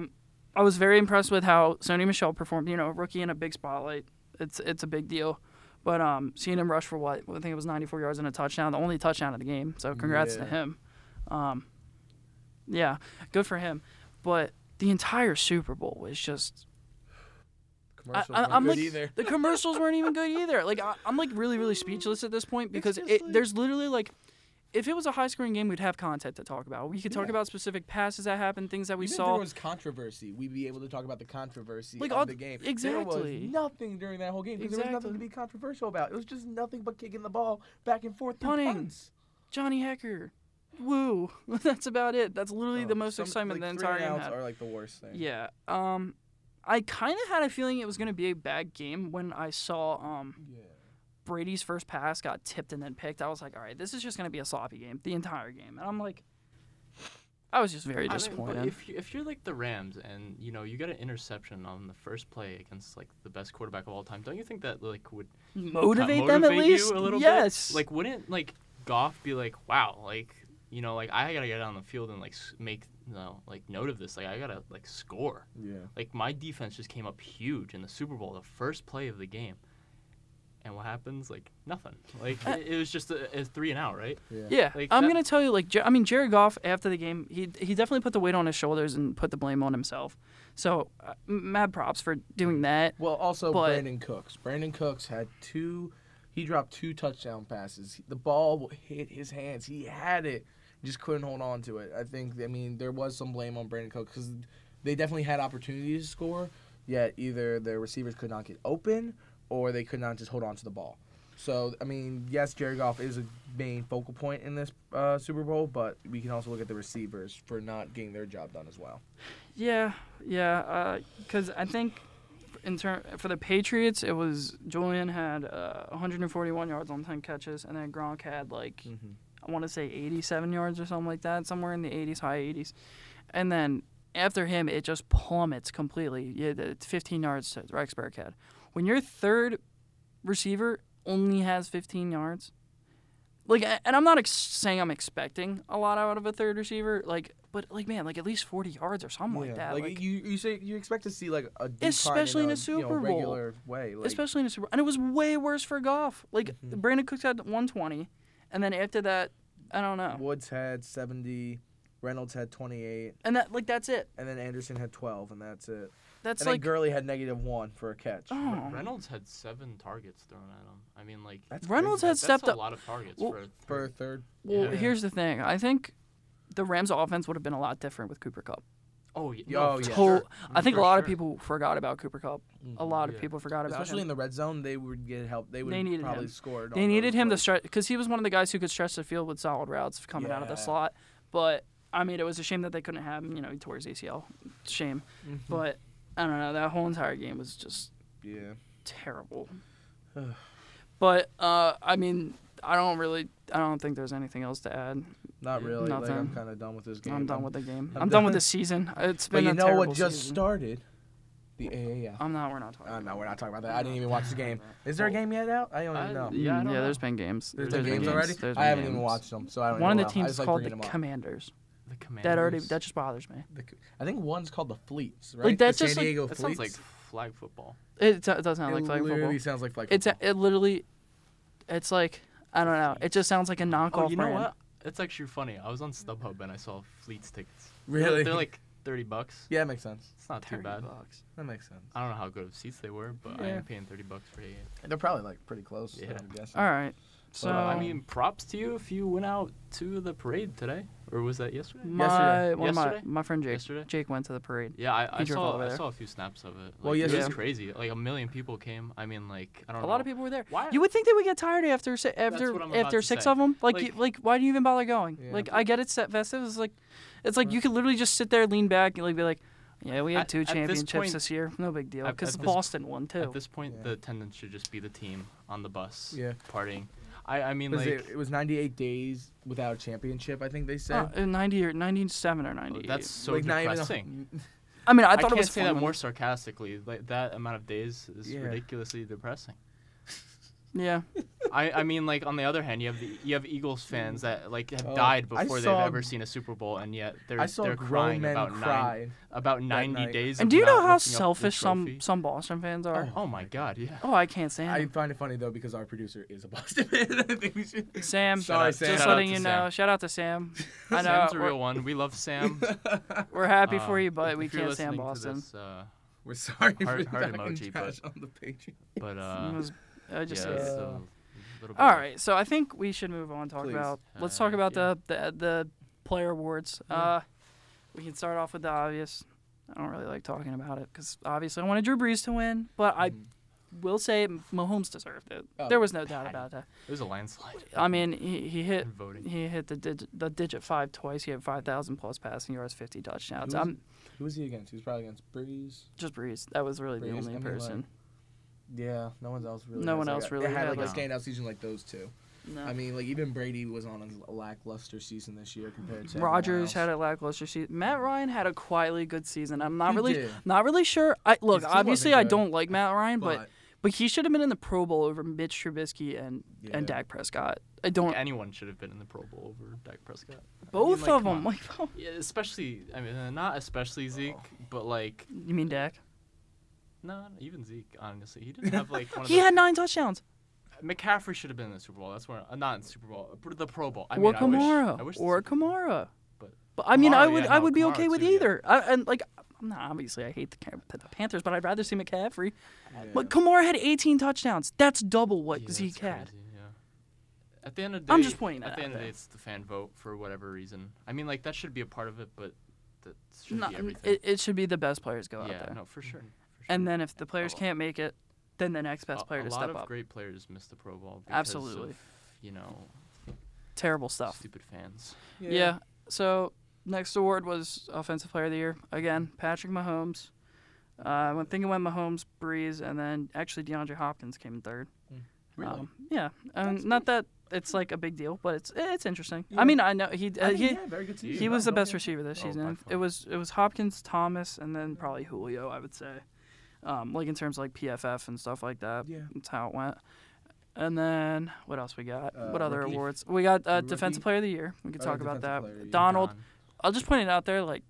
[SPEAKER 3] I was very impressed with how Sony Michelle performed. You know, a rookie in a big spotlight. It's it's a big deal. But um, seeing him rush for what I think it was 94 yards and a touchdown, the only touchdown of the game. So congrats to
[SPEAKER 4] Yeah.
[SPEAKER 3] him. Um, yeah, good for him. But the entire Super Bowl was just I,
[SPEAKER 4] Commercials
[SPEAKER 3] I,
[SPEAKER 4] weren't
[SPEAKER 3] I'm
[SPEAKER 4] good
[SPEAKER 3] like
[SPEAKER 4] either.
[SPEAKER 3] the commercials weren't even good either. Like I, I'm like really really speechless at this point because it, there's literally like. If it was a high-scoring game, we'd have content to talk about. We could talk
[SPEAKER 4] Yeah.
[SPEAKER 3] about specific passes that happened, things that we
[SPEAKER 4] Even
[SPEAKER 3] saw.
[SPEAKER 4] if there was controversy, we'd be able to talk about the controversy
[SPEAKER 3] Like,
[SPEAKER 4] of
[SPEAKER 3] all-
[SPEAKER 4] the game. There
[SPEAKER 3] exactly.
[SPEAKER 4] was nothing during that whole game because there was nothing to
[SPEAKER 3] Exactly.
[SPEAKER 4] be controversial about. It was just nothing but kicking the ball back and forth. through
[SPEAKER 3] Punting.
[SPEAKER 4] punts.
[SPEAKER 3] Johnny Hecker. Woo. That's about it. That's literally the most
[SPEAKER 4] Oh, Some-
[SPEAKER 3] excitement
[SPEAKER 4] like,
[SPEAKER 3] the
[SPEAKER 4] three
[SPEAKER 3] entire
[SPEAKER 4] and
[SPEAKER 3] game
[SPEAKER 4] outs
[SPEAKER 3] had.
[SPEAKER 4] are like the worst thing.
[SPEAKER 3] Yeah. Um I kind of had a feeling it was going to be a bad game when I saw um
[SPEAKER 4] Yeah.
[SPEAKER 3] Brady's first pass got tipped and then picked. I was like, "All right, this is just going to be a sloppy game the entire game." And I'm like I was just very
[SPEAKER 5] I mean, but
[SPEAKER 3] disappointed.
[SPEAKER 5] if you, if you're like the Rams and you know you got an interception on the first play against like the best quarterback of all time, don't you think that like would uh,
[SPEAKER 3] motivate,
[SPEAKER 5] motivate
[SPEAKER 3] them at
[SPEAKER 5] you
[SPEAKER 3] least.
[SPEAKER 5] a little bit?
[SPEAKER 3] yes.
[SPEAKER 5] Like, wouldn't like Goff be like, wow, like you know, like I gotta get out on the field and like s- make you know, like note of this. Like I gotta like score.
[SPEAKER 4] Yeah.
[SPEAKER 5] Like my defense just came up huge in the Super Bowl, the first play of the game. And what happens? Like nothing. Like it, it was just a, a three and out, right?
[SPEAKER 4] Yeah.
[SPEAKER 3] Yeah,
[SPEAKER 5] Like
[SPEAKER 3] I'm
[SPEAKER 5] that-
[SPEAKER 3] gonna tell you, like, Jer- I mean, Jared Goff after the game, he he definitely put the weight on his shoulders and put the blame on himself. So, uh, m- mad props for doing that.
[SPEAKER 4] Well, also
[SPEAKER 3] But-
[SPEAKER 4] Brandon Cooks. Brandon Cooks had two. He dropped two touchdown passes. The ball hit his hands. He had it, just couldn't hold on to it. I think. I mean, there was some blame on Brandon Cooks because they definitely had opportunities to score, yet either their receivers could not get open, or they could not just hold on to the ball. So I mean, yes, Jared Goff is a main focal point in this uh, Super Bowl, but we can also look at the receivers for not getting their job done as well.
[SPEAKER 3] Yeah, yeah, because I think in turn for the Patriots, it was Julian had uh, 141 yards on 10 catches, and then Gronk had like I want to say 87 yards or something like that, somewhere in the 80s, high 80s, and then after him, it just plummets completely. Yeah, the- it's 15 yards to Rex Burkhead. When your third receiver only has 15 yards, like, a- and I'm not ex- saying I'm expecting a lot out of a third receiver, like, but like, man, like at least 40 yards or something like that.
[SPEAKER 4] like,
[SPEAKER 3] like-
[SPEAKER 4] you, you say you expect to see like a decline
[SPEAKER 3] Especially in
[SPEAKER 4] a,
[SPEAKER 3] a Super
[SPEAKER 4] you know,
[SPEAKER 3] Bowl.
[SPEAKER 4] regular way. Like,
[SPEAKER 3] especially in the Super. And it was way worse for Goff. Like
[SPEAKER 5] Mm-hmm.
[SPEAKER 3] Brandon Cooks had 120, and then after that, I don't know.
[SPEAKER 4] Woods had seventy, Reynolds had twenty eight,
[SPEAKER 3] And that like that's it.
[SPEAKER 4] and then Anderson had twelve, and that's it.
[SPEAKER 3] That's
[SPEAKER 4] and then
[SPEAKER 3] like
[SPEAKER 4] Gurley had negative one for a catch.
[SPEAKER 3] oh.
[SPEAKER 5] Reynolds had seven targets thrown at him. I mean, like
[SPEAKER 4] That's
[SPEAKER 3] Reynolds
[SPEAKER 4] crazy.
[SPEAKER 3] had
[SPEAKER 5] that's
[SPEAKER 3] stepped
[SPEAKER 5] a
[SPEAKER 3] up.
[SPEAKER 5] lot of targets
[SPEAKER 3] Well,
[SPEAKER 5] for. a
[SPEAKER 4] for a
[SPEAKER 5] third.
[SPEAKER 4] third.
[SPEAKER 3] Well,
[SPEAKER 5] Yeah.
[SPEAKER 3] here's the thing. I think the Rams' offense would have been a lot different with Cooper Cup.
[SPEAKER 5] Oh yeah.
[SPEAKER 4] Oh,
[SPEAKER 5] no, for
[SPEAKER 4] yeah.
[SPEAKER 3] Whole-
[SPEAKER 5] sure. Mm,
[SPEAKER 3] I think a
[SPEAKER 5] For
[SPEAKER 3] lot of
[SPEAKER 5] sure. Mm-hmm.
[SPEAKER 3] people forgot about Cooper Cup. A lot of
[SPEAKER 5] Yeah.
[SPEAKER 3] people forgot about
[SPEAKER 4] Especially in
[SPEAKER 3] him.
[SPEAKER 4] the red zone, they would get help. They would
[SPEAKER 3] They needed
[SPEAKER 4] probably
[SPEAKER 3] him.
[SPEAKER 4] scored.
[SPEAKER 3] They needed him to stretch because he was one of the guys who could stretch the field with solid routes coming out of the
[SPEAKER 4] Yeah.
[SPEAKER 3] slot. But I mean, it was a shame that they couldn't have him. You know, he tore his ACL. Shame.
[SPEAKER 5] Mm-hmm.
[SPEAKER 3] But I don't know. That whole entire game was just
[SPEAKER 4] Yeah.
[SPEAKER 3] terrible. but uh, I mean, I don't really, I don't think there's anything else to add.
[SPEAKER 4] Not
[SPEAKER 5] Yeah.
[SPEAKER 4] really. Like, I'm
[SPEAKER 3] Nothing.
[SPEAKER 4] kind of done with this game.
[SPEAKER 3] I'm done with the game.
[SPEAKER 4] I'm
[SPEAKER 3] I'm, done
[SPEAKER 4] done.
[SPEAKER 3] with the season. It's
[SPEAKER 4] But
[SPEAKER 3] been
[SPEAKER 4] you
[SPEAKER 3] a
[SPEAKER 4] know
[SPEAKER 3] terrible
[SPEAKER 4] what just
[SPEAKER 3] season.
[SPEAKER 4] started? The AAF.
[SPEAKER 3] I'm not. We're not talking.
[SPEAKER 4] Uh,
[SPEAKER 3] about
[SPEAKER 4] no, we're
[SPEAKER 3] it.
[SPEAKER 4] not talking about that. I didn't even watch the game. Is there a
[SPEAKER 5] Oh.
[SPEAKER 4] game yet out? I don't
[SPEAKER 5] I-
[SPEAKER 4] even know.
[SPEAKER 5] Yeah, I
[SPEAKER 3] Mm,
[SPEAKER 5] don't
[SPEAKER 3] yeah,
[SPEAKER 5] know.
[SPEAKER 3] there's been games.
[SPEAKER 4] There's,
[SPEAKER 5] there's
[SPEAKER 4] been
[SPEAKER 5] been
[SPEAKER 4] games
[SPEAKER 5] games.
[SPEAKER 4] already.
[SPEAKER 3] There's
[SPEAKER 4] I
[SPEAKER 3] been
[SPEAKER 4] haven't even
[SPEAKER 3] games.
[SPEAKER 4] watched them, so I don't.
[SPEAKER 3] One of
[SPEAKER 4] even
[SPEAKER 3] the
[SPEAKER 4] know. I
[SPEAKER 3] teams
[SPEAKER 4] just like
[SPEAKER 3] called the
[SPEAKER 4] bringing them up.
[SPEAKER 3] Commanders.
[SPEAKER 5] The commanders.
[SPEAKER 3] That already that just bothers me.
[SPEAKER 4] The c- I think one's called the Fleets, right?
[SPEAKER 3] Like, that's
[SPEAKER 4] the
[SPEAKER 3] just,
[SPEAKER 4] San
[SPEAKER 3] like-
[SPEAKER 4] Diego
[SPEAKER 5] That
[SPEAKER 4] Fleets.
[SPEAKER 5] sounds like flag football.
[SPEAKER 3] It, it does sound like
[SPEAKER 4] it
[SPEAKER 3] flag
[SPEAKER 4] literally
[SPEAKER 3] football.
[SPEAKER 4] sounds like flag
[SPEAKER 3] It's
[SPEAKER 4] football.
[SPEAKER 3] it literally, it's like I don't know. It just sounds like a knockoff
[SPEAKER 5] Oh, you know
[SPEAKER 3] brand.
[SPEAKER 5] what? It's actually funny. I was on StubHub and I saw Fleets tickets.
[SPEAKER 4] Really?
[SPEAKER 5] They're, they're like thirty bucks.
[SPEAKER 4] yeah, that makes sense.
[SPEAKER 5] It's not too
[SPEAKER 3] 30
[SPEAKER 5] bad.
[SPEAKER 3] bucks.
[SPEAKER 4] That makes sense.
[SPEAKER 5] I don't know how good of seats they were, but I
[SPEAKER 3] Yeah.
[SPEAKER 5] am paying thirty bucks for a game.
[SPEAKER 4] They're probably like pretty close.
[SPEAKER 5] Yeah.
[SPEAKER 4] I'm guessing.
[SPEAKER 3] All right. So
[SPEAKER 4] Well,
[SPEAKER 5] I mean, props to you if you went out to the parade today, or was that yesterday?
[SPEAKER 4] Mm.
[SPEAKER 3] my
[SPEAKER 4] yesterday-
[SPEAKER 3] one of my
[SPEAKER 5] yesterday?
[SPEAKER 3] my friend Jake
[SPEAKER 5] Yesterday?
[SPEAKER 3] Jake went to the parade.
[SPEAKER 5] Yeah, I, I
[SPEAKER 3] He drove all
[SPEAKER 5] saw
[SPEAKER 3] the way
[SPEAKER 5] I
[SPEAKER 3] there.
[SPEAKER 5] saw a few snaps of it. Like,
[SPEAKER 4] Well,
[SPEAKER 5] it
[SPEAKER 4] yes,
[SPEAKER 5] was
[SPEAKER 3] yeah.
[SPEAKER 5] crazy. Like a million people came. I mean, like I don't
[SPEAKER 3] A
[SPEAKER 5] know.
[SPEAKER 3] lot of people were there.
[SPEAKER 5] Why-
[SPEAKER 3] You would think they would get tired after si-
[SPEAKER 5] what I'm
[SPEAKER 3] after
[SPEAKER 5] about
[SPEAKER 3] after
[SPEAKER 5] to
[SPEAKER 3] six
[SPEAKER 5] say.
[SPEAKER 3] of them. Like
[SPEAKER 5] Like-
[SPEAKER 3] you- like why do you even bother going?
[SPEAKER 4] Yeah.
[SPEAKER 3] Like I get it's set festive. It's like it's like you could literally just sit there, lean back, and like be like, yeah, we had
[SPEAKER 5] At-
[SPEAKER 3] two
[SPEAKER 5] at this
[SPEAKER 3] championships this,
[SPEAKER 5] point-
[SPEAKER 3] year. No big deal
[SPEAKER 5] at-
[SPEAKER 3] because
[SPEAKER 5] at this-
[SPEAKER 3] Boston won too.
[SPEAKER 5] At this point,
[SPEAKER 4] Yeah.
[SPEAKER 5] the attendance should just be the team on the bus.
[SPEAKER 4] Yeah.
[SPEAKER 5] Partying. I I mean
[SPEAKER 4] Was
[SPEAKER 5] like
[SPEAKER 4] it, it was 98 days without a championship. I think they
[SPEAKER 3] Uh,
[SPEAKER 4] said.
[SPEAKER 3] in ninety or ninety seven or ninety.
[SPEAKER 5] Oh, that's so
[SPEAKER 4] like not even a-
[SPEAKER 5] depressing.
[SPEAKER 3] I mean, I
[SPEAKER 5] I,
[SPEAKER 3] thought
[SPEAKER 5] can't
[SPEAKER 3] it was
[SPEAKER 5] say
[SPEAKER 3] fun
[SPEAKER 5] that
[SPEAKER 3] when-
[SPEAKER 5] more sarcastically. Like that amount of days is
[SPEAKER 4] Yeah.
[SPEAKER 5] ridiculously depressing.
[SPEAKER 3] Yeah.
[SPEAKER 5] I, I mean like on the other hand you have the you have Eagles fans that like have
[SPEAKER 4] Oh,
[SPEAKER 5] died
[SPEAKER 4] I
[SPEAKER 5] before
[SPEAKER 4] saw-
[SPEAKER 5] they've ever seen a Super Bowl and yet they're
[SPEAKER 4] I saw
[SPEAKER 5] they're
[SPEAKER 4] grown
[SPEAKER 5] crying
[SPEAKER 4] men
[SPEAKER 5] about
[SPEAKER 4] cry.
[SPEAKER 5] nine about ninety
[SPEAKER 4] night.
[SPEAKER 5] days.
[SPEAKER 3] And
[SPEAKER 5] of
[SPEAKER 3] do you
[SPEAKER 5] not
[SPEAKER 3] know how
[SPEAKER 5] lifting up the
[SPEAKER 3] selfish some
[SPEAKER 5] trophy.
[SPEAKER 3] some Boston fans are?
[SPEAKER 5] Oh my God! Yeah.
[SPEAKER 3] Oh, I can't stand.
[SPEAKER 4] I
[SPEAKER 3] it.
[SPEAKER 4] find it funny though because our producer is a Boston fan. I think we should.
[SPEAKER 3] Sam,
[SPEAKER 4] Sorry,
[SPEAKER 5] Shout out-
[SPEAKER 4] Sam.
[SPEAKER 3] just
[SPEAKER 5] shout out
[SPEAKER 3] letting
[SPEAKER 5] to
[SPEAKER 3] you
[SPEAKER 5] Sam.
[SPEAKER 3] know. Shout out to Sam. I know
[SPEAKER 5] Sam's a
[SPEAKER 3] we're-
[SPEAKER 5] real one. We love Sam.
[SPEAKER 3] We're happy for
[SPEAKER 5] Um,
[SPEAKER 3] you, but
[SPEAKER 5] if
[SPEAKER 3] we
[SPEAKER 5] you're
[SPEAKER 3] can't stand
[SPEAKER 5] listening to
[SPEAKER 3] Boston.
[SPEAKER 5] this, uh,
[SPEAKER 4] We're sorry
[SPEAKER 5] Heart-
[SPEAKER 4] for
[SPEAKER 5] heart
[SPEAKER 4] that
[SPEAKER 5] emoji,
[SPEAKER 4] trash
[SPEAKER 5] but-
[SPEAKER 4] on the Patriots.
[SPEAKER 5] but
[SPEAKER 3] It
[SPEAKER 5] uh,
[SPEAKER 3] was- I just
[SPEAKER 5] yeah,
[SPEAKER 3] said
[SPEAKER 5] it's
[SPEAKER 3] it.
[SPEAKER 4] Uh,
[SPEAKER 5] a little bit
[SPEAKER 3] All
[SPEAKER 5] of-
[SPEAKER 3] right, so I think we should move on. Talk
[SPEAKER 4] Please.
[SPEAKER 3] about. Let's talk
[SPEAKER 5] Uh,
[SPEAKER 3] about
[SPEAKER 5] yeah.
[SPEAKER 3] the, the the player awards. Uh, we can start off with the obvious. I don't really like talking about it because obviously I wanted Drew Brees to win, but I will say Mahomes deserved it.
[SPEAKER 4] Mm. Oh,
[SPEAKER 3] there was no doubt about that.
[SPEAKER 5] It was a landslide.
[SPEAKER 3] I mean, he, he hit
[SPEAKER 5] And voting.
[SPEAKER 3] he hit the digit, the digit five twice. He had five thousand plus passing yards, fifty touchdowns.
[SPEAKER 4] Who was
[SPEAKER 3] I'm
[SPEAKER 4] Who was he against? He was probably against Breeze.
[SPEAKER 3] just Brees. That was really
[SPEAKER 4] Brees,
[SPEAKER 3] the only
[SPEAKER 4] I mean, like,
[SPEAKER 3] person.
[SPEAKER 4] Yeah, no one else really.
[SPEAKER 3] No
[SPEAKER 4] has
[SPEAKER 3] one
[SPEAKER 4] like
[SPEAKER 3] else
[SPEAKER 4] a-
[SPEAKER 3] really
[SPEAKER 4] they had,
[SPEAKER 3] had,
[SPEAKER 4] like a
[SPEAKER 5] like-
[SPEAKER 4] standout season like those two.
[SPEAKER 3] No.
[SPEAKER 4] I mean, like even Brady was on a lackluster season this year compared to.
[SPEAKER 3] Rodgers had a lackluster season. Matt Ryan had a quietly good season. I'm not
[SPEAKER 4] He
[SPEAKER 3] really
[SPEAKER 4] did.
[SPEAKER 3] not really sure. I look,
[SPEAKER 4] team
[SPEAKER 3] obviously
[SPEAKER 4] wasn't
[SPEAKER 3] I
[SPEAKER 4] good,
[SPEAKER 3] don't like Matt Ryan, but but,
[SPEAKER 4] but-
[SPEAKER 3] he should have been in the Pro Bowl over Mitch Trubisky and and
[SPEAKER 4] Yeah.
[SPEAKER 3] Dak Prescott. I don't
[SPEAKER 5] Anyone should have been in the Pro Bowl over Dak Prescott.
[SPEAKER 3] both
[SPEAKER 5] like,
[SPEAKER 3] of
[SPEAKER 5] come
[SPEAKER 3] them.
[SPEAKER 5] on.
[SPEAKER 3] Like,
[SPEAKER 5] Yeah, especially, I mean, uh, not especially Zeke, but like,
[SPEAKER 3] you mean Dak?
[SPEAKER 5] not even Zeke. Honestly, he didn't have like one of
[SPEAKER 3] He
[SPEAKER 5] the,
[SPEAKER 3] had nine touchdowns.
[SPEAKER 5] McCaffrey should have been in the Super Bowl. That's where uh, not in the Super Bowl, but the Pro Bowl. I
[SPEAKER 3] or
[SPEAKER 5] mean,
[SPEAKER 3] Kamara.
[SPEAKER 5] I wish, I wish the
[SPEAKER 3] or
[SPEAKER 5] Super Bowl-
[SPEAKER 3] Kamara. But,
[SPEAKER 5] but
[SPEAKER 3] I mean, I
[SPEAKER 5] Kamara,
[SPEAKER 3] would
[SPEAKER 5] yeah,
[SPEAKER 3] I
[SPEAKER 5] no,
[SPEAKER 3] would be
[SPEAKER 5] Kamara
[SPEAKER 3] okay with
[SPEAKER 5] too, yeah.
[SPEAKER 3] either. I, and like, I'm not obviously I hate the, Cam- the Panthers, but I'd rather see McCaffrey. But Kamara had 18 touchdowns. That's double what
[SPEAKER 5] Yeah,
[SPEAKER 3] Zeke
[SPEAKER 5] it's
[SPEAKER 3] had.
[SPEAKER 5] crazy, yeah. At the end of the day,
[SPEAKER 3] I'm just pointing that
[SPEAKER 5] At the
[SPEAKER 3] out
[SPEAKER 5] end of the
[SPEAKER 3] there.
[SPEAKER 5] day, it's the fan vote for whatever reason. I mean, like that should be a part of it, but that should
[SPEAKER 3] No,
[SPEAKER 5] be everything.
[SPEAKER 3] it, it should be the best players go out
[SPEAKER 5] yeah,
[SPEAKER 3] there. Mm-hmm.
[SPEAKER 5] no, for sure. for sure.
[SPEAKER 3] And then if the players
[SPEAKER 5] well.
[SPEAKER 3] can't make it, then the next best
[SPEAKER 5] Oh. a-
[SPEAKER 3] player
[SPEAKER 5] a
[SPEAKER 3] to
[SPEAKER 5] lot
[SPEAKER 3] step
[SPEAKER 5] of
[SPEAKER 3] up.
[SPEAKER 5] great players miss the Pro Bowl. Because
[SPEAKER 3] Absolutely.
[SPEAKER 5] Of, you know,
[SPEAKER 3] Terrible stuff.
[SPEAKER 5] stupid fans.
[SPEAKER 3] Yeah. So next award was Offensive Player of the Year again, Patrick Mahomes. Uh, I went- think it went Mahomes, Breeze, and then actually DeAndre Hopkins came in third.
[SPEAKER 6] Really?
[SPEAKER 3] Um, yeah, and not that it's like a big deal, but it's it's interesting.
[SPEAKER 4] Yeah.
[SPEAKER 3] I mean, I know he uh,
[SPEAKER 4] I mean,
[SPEAKER 3] he
[SPEAKER 4] yeah, very good season.
[SPEAKER 3] he was
[SPEAKER 4] No,
[SPEAKER 3] the
[SPEAKER 4] no,
[SPEAKER 3] best
[SPEAKER 4] yeah.
[SPEAKER 3] receiver this
[SPEAKER 5] Oh, by
[SPEAKER 3] season.
[SPEAKER 5] far.
[SPEAKER 3] It was it was Hopkins, Thomas, and then probably Julio. I would say, um, like in terms of like PFF and stuff like that.
[SPEAKER 4] Yeah.
[SPEAKER 3] that's how it went. And then what else we got?
[SPEAKER 4] Uh,
[SPEAKER 3] what other
[SPEAKER 4] rookie.
[SPEAKER 3] awards? We got uh,
[SPEAKER 4] Rookie.
[SPEAKER 3] defensive player of the year. We could
[SPEAKER 4] Oh,
[SPEAKER 3] talk about
[SPEAKER 4] defensive player of the year.
[SPEAKER 3] that. Donald,
[SPEAKER 5] Don.
[SPEAKER 3] I'll just point it out there. Like,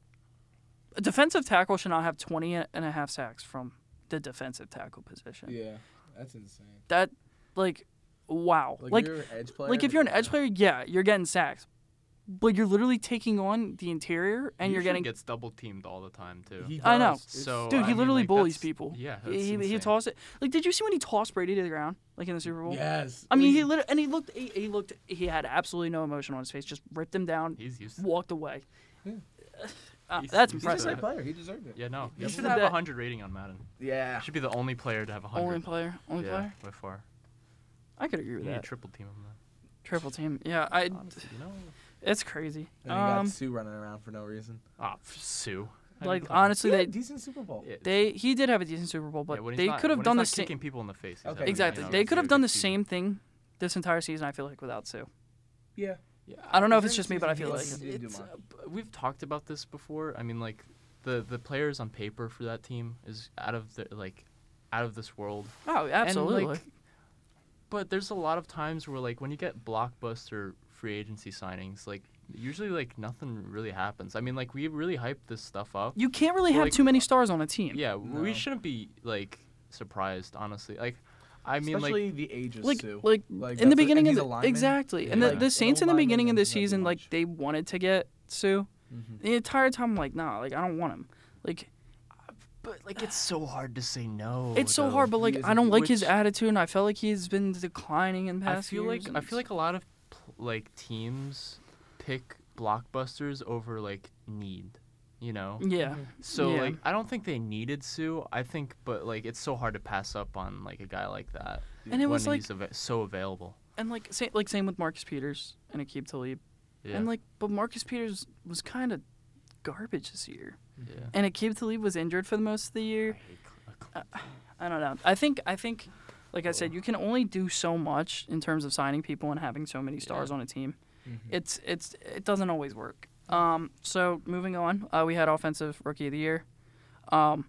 [SPEAKER 3] a defensive tackle should not have 20 and a half sacks from the defensive tackle position.
[SPEAKER 4] Yeah, that's insane.
[SPEAKER 3] That, like, wow.
[SPEAKER 4] Like,
[SPEAKER 3] Like,
[SPEAKER 4] you're an edge player.
[SPEAKER 3] like if you're an edge player, yeah, you're getting sacks. But you're literally taking on the interior, and you're
[SPEAKER 5] Usually
[SPEAKER 3] getting
[SPEAKER 5] gets double teamed all the time too.
[SPEAKER 4] He
[SPEAKER 3] I know.
[SPEAKER 4] does. It's-
[SPEAKER 5] so
[SPEAKER 3] Dude,
[SPEAKER 5] I
[SPEAKER 3] he
[SPEAKER 5] mean,
[SPEAKER 3] literally
[SPEAKER 5] like,
[SPEAKER 3] bullies
[SPEAKER 5] that's-
[SPEAKER 3] people.
[SPEAKER 5] Yeah, that's
[SPEAKER 3] he, he, he
[SPEAKER 5] insane.
[SPEAKER 3] tossed it. Like, did you see when he tossed Brady to the ground, like in the Super Bowl?
[SPEAKER 4] Yes.
[SPEAKER 3] I mean, he literally and he looked. He, he looked. He had absolutely no emotion on his face. Just ripped him down,
[SPEAKER 5] He's used. To
[SPEAKER 3] walked away.
[SPEAKER 4] Yeah.
[SPEAKER 3] Uh,
[SPEAKER 5] He's-
[SPEAKER 3] that's
[SPEAKER 5] he's
[SPEAKER 4] He's a
[SPEAKER 3] impressive.
[SPEAKER 4] great player. He deserved it.
[SPEAKER 5] Yeah, no. He
[SPEAKER 3] Yeah,
[SPEAKER 5] should
[SPEAKER 3] but-
[SPEAKER 5] have a
[SPEAKER 3] that-
[SPEAKER 5] hundred rating on Madden.
[SPEAKER 4] Yeah.
[SPEAKER 5] Should be the only player to have a
[SPEAKER 3] Only
[SPEAKER 5] hundred.
[SPEAKER 3] player. Only
[SPEAKER 5] Yeah,
[SPEAKER 3] player.
[SPEAKER 5] by far.
[SPEAKER 3] I could agree with
[SPEAKER 5] You need a
[SPEAKER 3] that.
[SPEAKER 5] triple team him then.
[SPEAKER 3] Triple team. Yeah, I.
[SPEAKER 5] Honestly, you know.
[SPEAKER 3] It's crazy.
[SPEAKER 4] And he got
[SPEAKER 3] Um,
[SPEAKER 4] Sue running around for no reason.
[SPEAKER 5] Ah, f- Sue. I mean,
[SPEAKER 3] like
[SPEAKER 5] come on.
[SPEAKER 3] honestly,
[SPEAKER 4] He had
[SPEAKER 3] they
[SPEAKER 4] a decent Super Bowl.
[SPEAKER 5] Yeah,
[SPEAKER 3] they he did have a decent Super Bowl,
[SPEAKER 5] yeah,
[SPEAKER 3] but
[SPEAKER 5] when he's
[SPEAKER 3] they
[SPEAKER 5] not-
[SPEAKER 3] could have
[SPEAKER 5] when
[SPEAKER 3] done the
[SPEAKER 5] he's not
[SPEAKER 3] same.
[SPEAKER 5] kicking people in the face. he's
[SPEAKER 4] Okay.
[SPEAKER 5] having, you
[SPEAKER 3] Exactly.
[SPEAKER 5] know,
[SPEAKER 3] They
[SPEAKER 5] it's
[SPEAKER 3] could
[SPEAKER 5] a
[SPEAKER 3] have done
[SPEAKER 5] good
[SPEAKER 3] the
[SPEAKER 5] season.
[SPEAKER 3] same thing this entire season. I feel like without Sue.
[SPEAKER 4] Yeah.
[SPEAKER 3] I don't know if it's
[SPEAKER 4] During
[SPEAKER 3] just me, but I
[SPEAKER 4] season,
[SPEAKER 3] feel
[SPEAKER 4] he
[SPEAKER 3] like
[SPEAKER 4] wasn't-
[SPEAKER 3] it.
[SPEAKER 4] didn't do
[SPEAKER 5] it's,
[SPEAKER 4] much.
[SPEAKER 5] uh, b- we've talked about this before. I mean, like the the players on paper for that team is out of the like out of this world.
[SPEAKER 3] Oh,
[SPEAKER 5] And,
[SPEAKER 3] absolutely.
[SPEAKER 5] like, but there's a lot of times where like when you get blockbuster free agency signings, like usually like nothing really happens. I mean, like we really hype this stuff up.
[SPEAKER 3] you can't really have
[SPEAKER 5] like,
[SPEAKER 3] too many stars on a team.
[SPEAKER 5] Yeah,
[SPEAKER 4] No.
[SPEAKER 5] we shouldn't be like surprised, honestly. Like, I mean,
[SPEAKER 4] Especially
[SPEAKER 5] like
[SPEAKER 4] the age of
[SPEAKER 3] Like,
[SPEAKER 4] Sue.
[SPEAKER 3] like,
[SPEAKER 4] Like,
[SPEAKER 3] in
[SPEAKER 4] that's
[SPEAKER 3] the
[SPEAKER 4] a-
[SPEAKER 3] beginning
[SPEAKER 4] and
[SPEAKER 3] of
[SPEAKER 4] he's a
[SPEAKER 3] the
[SPEAKER 4] lineman.
[SPEAKER 3] exactly, and
[SPEAKER 5] Yeah.
[SPEAKER 3] the,
[SPEAKER 5] Like,
[SPEAKER 3] the
[SPEAKER 4] an
[SPEAKER 3] Saints
[SPEAKER 4] old
[SPEAKER 3] in the
[SPEAKER 4] lineman
[SPEAKER 3] beginning of the
[SPEAKER 4] doesn't do
[SPEAKER 3] season, like
[SPEAKER 4] much.
[SPEAKER 3] they wanted to get Sue.
[SPEAKER 4] Mhm.
[SPEAKER 5] Mm-hmm.
[SPEAKER 3] The entire time, I'm like, nah, like I don't want him. Like
[SPEAKER 5] but like it's so hard to say no.
[SPEAKER 3] It's so
[SPEAKER 5] though.
[SPEAKER 3] hard, but like
[SPEAKER 4] he is
[SPEAKER 3] I don't like his
[SPEAKER 5] which-
[SPEAKER 3] attitude, and I felt like he's been declining in
[SPEAKER 5] I
[SPEAKER 3] past
[SPEAKER 5] feel
[SPEAKER 3] years.
[SPEAKER 5] like
[SPEAKER 3] and
[SPEAKER 5] I feel
[SPEAKER 3] it's-
[SPEAKER 5] like a lot of pl- like teams pick blockbusters over like need, you know.
[SPEAKER 3] yeah,
[SPEAKER 5] Mm-hmm. So
[SPEAKER 3] Yeah.
[SPEAKER 5] like I don't think they needed Sue. I think, but like it's so hard to pass up on like a guy like that
[SPEAKER 3] and it
[SPEAKER 5] when
[SPEAKER 3] was like
[SPEAKER 5] he's ava- so available.
[SPEAKER 3] and like sa- like same with Marcus Peters and Akib Talib,
[SPEAKER 5] Yeah.
[SPEAKER 3] and like but Marcus Peters was kind of garbage this year,
[SPEAKER 5] yeah.
[SPEAKER 3] and Akib Talib was injured for the most of the year.
[SPEAKER 5] I hate Cl- Cl-
[SPEAKER 3] uh, I don't know. I think I think like I said, you can only do so much in terms of signing people and having so many stars on a team. It's it's it doesn't always work. Um, so moving on, uh, we had offensive rookie of the year, um,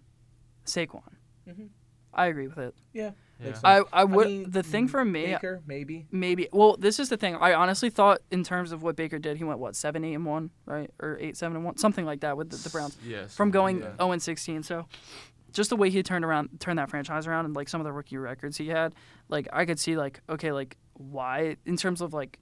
[SPEAKER 3] Saquon. I agree with it.
[SPEAKER 4] Yeah.
[SPEAKER 5] Yeah.
[SPEAKER 4] Makes sense.
[SPEAKER 3] I, I would
[SPEAKER 4] mean, mm-hmm.
[SPEAKER 3] the thing for me uh,
[SPEAKER 4] Baker, maybe.
[SPEAKER 3] maybe well this is the thing I honestly thought in terms of what Baker did he went what seven eight and one right or eight seven and one something like that with the, the Browns
[SPEAKER 5] Yeah,
[SPEAKER 3] from
[SPEAKER 5] something
[SPEAKER 3] going
[SPEAKER 5] like that.
[SPEAKER 3] 0 and 16. So just the way he turned around, turned that franchise around, and like some of the rookie records he had, like I could see like okay, like why in terms of like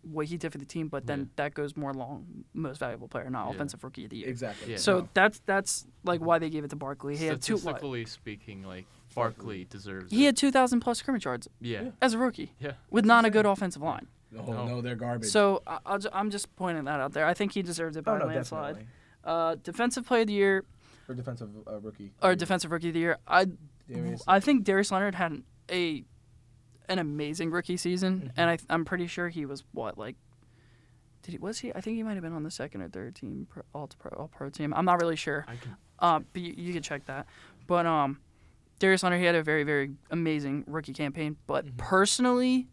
[SPEAKER 3] what he did for the team, but then
[SPEAKER 5] Yeah.
[SPEAKER 3] that goes more along most valuable player, not
[SPEAKER 5] Yeah.
[SPEAKER 3] offensive rookie of the year.
[SPEAKER 4] Exactly.
[SPEAKER 5] Yeah.
[SPEAKER 3] So
[SPEAKER 4] No.
[SPEAKER 3] that's that's like why they gave it to Barkley. He had two what?
[SPEAKER 5] Statistically speaking, like Barkley deserves.
[SPEAKER 3] he
[SPEAKER 5] it.
[SPEAKER 3] had 2,000 plus scrimmage yards
[SPEAKER 5] yeah.
[SPEAKER 3] as a rookie
[SPEAKER 5] Yeah.
[SPEAKER 3] with not a good offensive line.
[SPEAKER 4] Oh,
[SPEAKER 5] No.
[SPEAKER 4] no. they're garbage.
[SPEAKER 3] So I, I'll, ju- I'm just pointing that out there. I think he deserved it by
[SPEAKER 4] oh,
[SPEAKER 3] a
[SPEAKER 4] no,
[SPEAKER 3] landslide.
[SPEAKER 4] definitely.
[SPEAKER 3] Uh, defensive player of the year
[SPEAKER 4] For defensive uh, rookie.
[SPEAKER 3] or defensive rookie of the year. I
[SPEAKER 4] Darius-
[SPEAKER 3] I think Darius Leonard had an, a an amazing rookie season, and I, I'm pretty sure he was what like. Did he, was he? I think he might have been on the second or third team, pro, all pro, all pro team. I'm not really sure.
[SPEAKER 5] I can.
[SPEAKER 3] Uh, but you, you can check that. But um, Darius Leonard he had a very very amazing rookie campaign. But personally,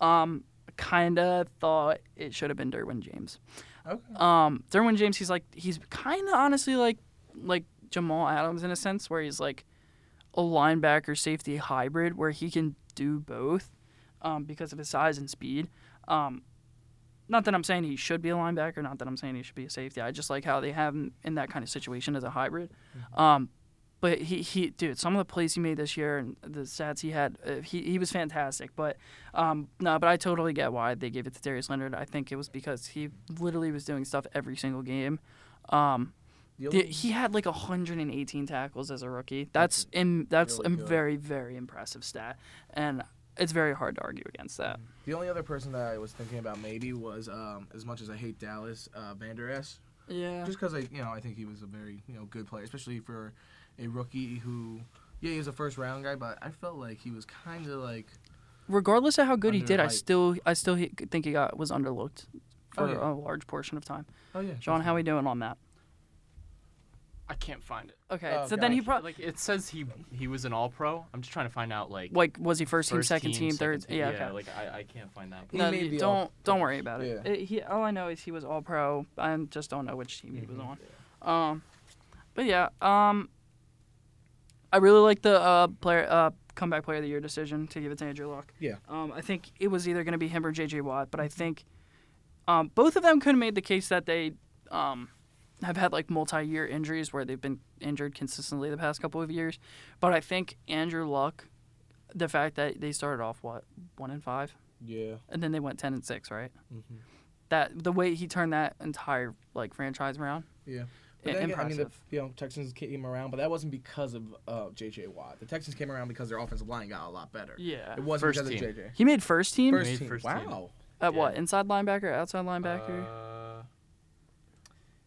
[SPEAKER 3] um, kind of thought it should have been Derwin James.
[SPEAKER 4] Okay.
[SPEAKER 3] Um, Derwin James, he's like he's kind of honestly like like Jamal Adams in a sense where he's like a linebacker safety hybrid where he can do both um, because of his size and speed. Um, not that I'm saying he should be a linebacker, not that I'm saying he should be a safety. I just like how they have him in that kind of situation as a hybrid. Um, but he, he, dude, some of the plays he made this year and the stats he had, uh, he, he was fantastic. But um, no, but I totally get why they gave it to Darius Leonard. I think it was because he literally was doing stuff every single game. Um,
[SPEAKER 4] The
[SPEAKER 3] the-
[SPEAKER 4] only-
[SPEAKER 3] he had like 118 tackles as a rookie. That's in that's
[SPEAKER 4] really
[SPEAKER 3] a
[SPEAKER 4] good.
[SPEAKER 3] very very impressive stat, and it's very hard to argue against that.
[SPEAKER 4] The only other person that I was thinking about maybe was, um, as much as I hate Dallas, uh, Vander S.
[SPEAKER 3] Yeah.
[SPEAKER 4] Mm. Just because I, you know, I think he was a very, you know, good player, especially for a rookie who Yeah, he was a first round guy, but I felt like he was kind of like
[SPEAKER 3] Regardless of how good he did, I
[SPEAKER 4] Underhyped.
[SPEAKER 3] still I still he- think he got was underlooked for
[SPEAKER 4] Oh, yeah.
[SPEAKER 3] a large portion of time.
[SPEAKER 4] oh yeah.
[SPEAKER 3] John, how we doing on that?
[SPEAKER 5] I can't find it.
[SPEAKER 3] Okay,
[SPEAKER 4] Oh,
[SPEAKER 3] so then he
[SPEAKER 4] gotcha.
[SPEAKER 3] probably
[SPEAKER 5] Like it says he he was an All Pro. I'm just trying to find out like
[SPEAKER 3] like was he first, team,
[SPEAKER 5] first
[SPEAKER 3] second team,
[SPEAKER 5] second
[SPEAKER 3] third? yeah, okay.
[SPEAKER 5] like I, I can't find that.
[SPEAKER 4] He
[SPEAKER 3] no,
[SPEAKER 4] made
[SPEAKER 3] you
[SPEAKER 4] the
[SPEAKER 3] don't
[SPEAKER 4] all-
[SPEAKER 3] don't worry about it.
[SPEAKER 4] Yeah.
[SPEAKER 3] It- He all I know is he was all pro. I just don't know which team he was on.
[SPEAKER 4] Mm-hmm.
[SPEAKER 3] Um, but yeah, um, I really like the uh player uh comeback player of the year decision to give it to Andrew Luck.
[SPEAKER 4] Yeah.
[SPEAKER 3] Um, I think it was either going to be him or J.J. Watt, but I think um, both of them could have made the case that they um, have had like multi-year injuries where they've been injured consistently the past couple of years. But I think Andrew Luck, the fact that they started off what one and five,
[SPEAKER 4] Yeah.
[SPEAKER 3] and then they went ten and six, right?
[SPEAKER 5] Mm-hmm.
[SPEAKER 3] That the way he turned that entire like franchise around,
[SPEAKER 4] Yeah.
[SPEAKER 3] I-
[SPEAKER 4] But then again, I mean, the
[SPEAKER 3] impressive.
[SPEAKER 4] you know, Texans came around, but that wasn't because of uh, J.J. Watt. The Texans came around because their offensive line got a lot better.
[SPEAKER 3] Yeah.
[SPEAKER 4] It wasn't
[SPEAKER 5] First
[SPEAKER 4] because
[SPEAKER 5] team.
[SPEAKER 4] of J.J.
[SPEAKER 3] he made first team
[SPEAKER 4] First
[SPEAKER 5] Made
[SPEAKER 4] team.
[SPEAKER 5] first team.
[SPEAKER 4] wow.
[SPEAKER 3] at what
[SPEAKER 5] yeah.
[SPEAKER 3] inside linebacker, outside linebacker,
[SPEAKER 5] Uh,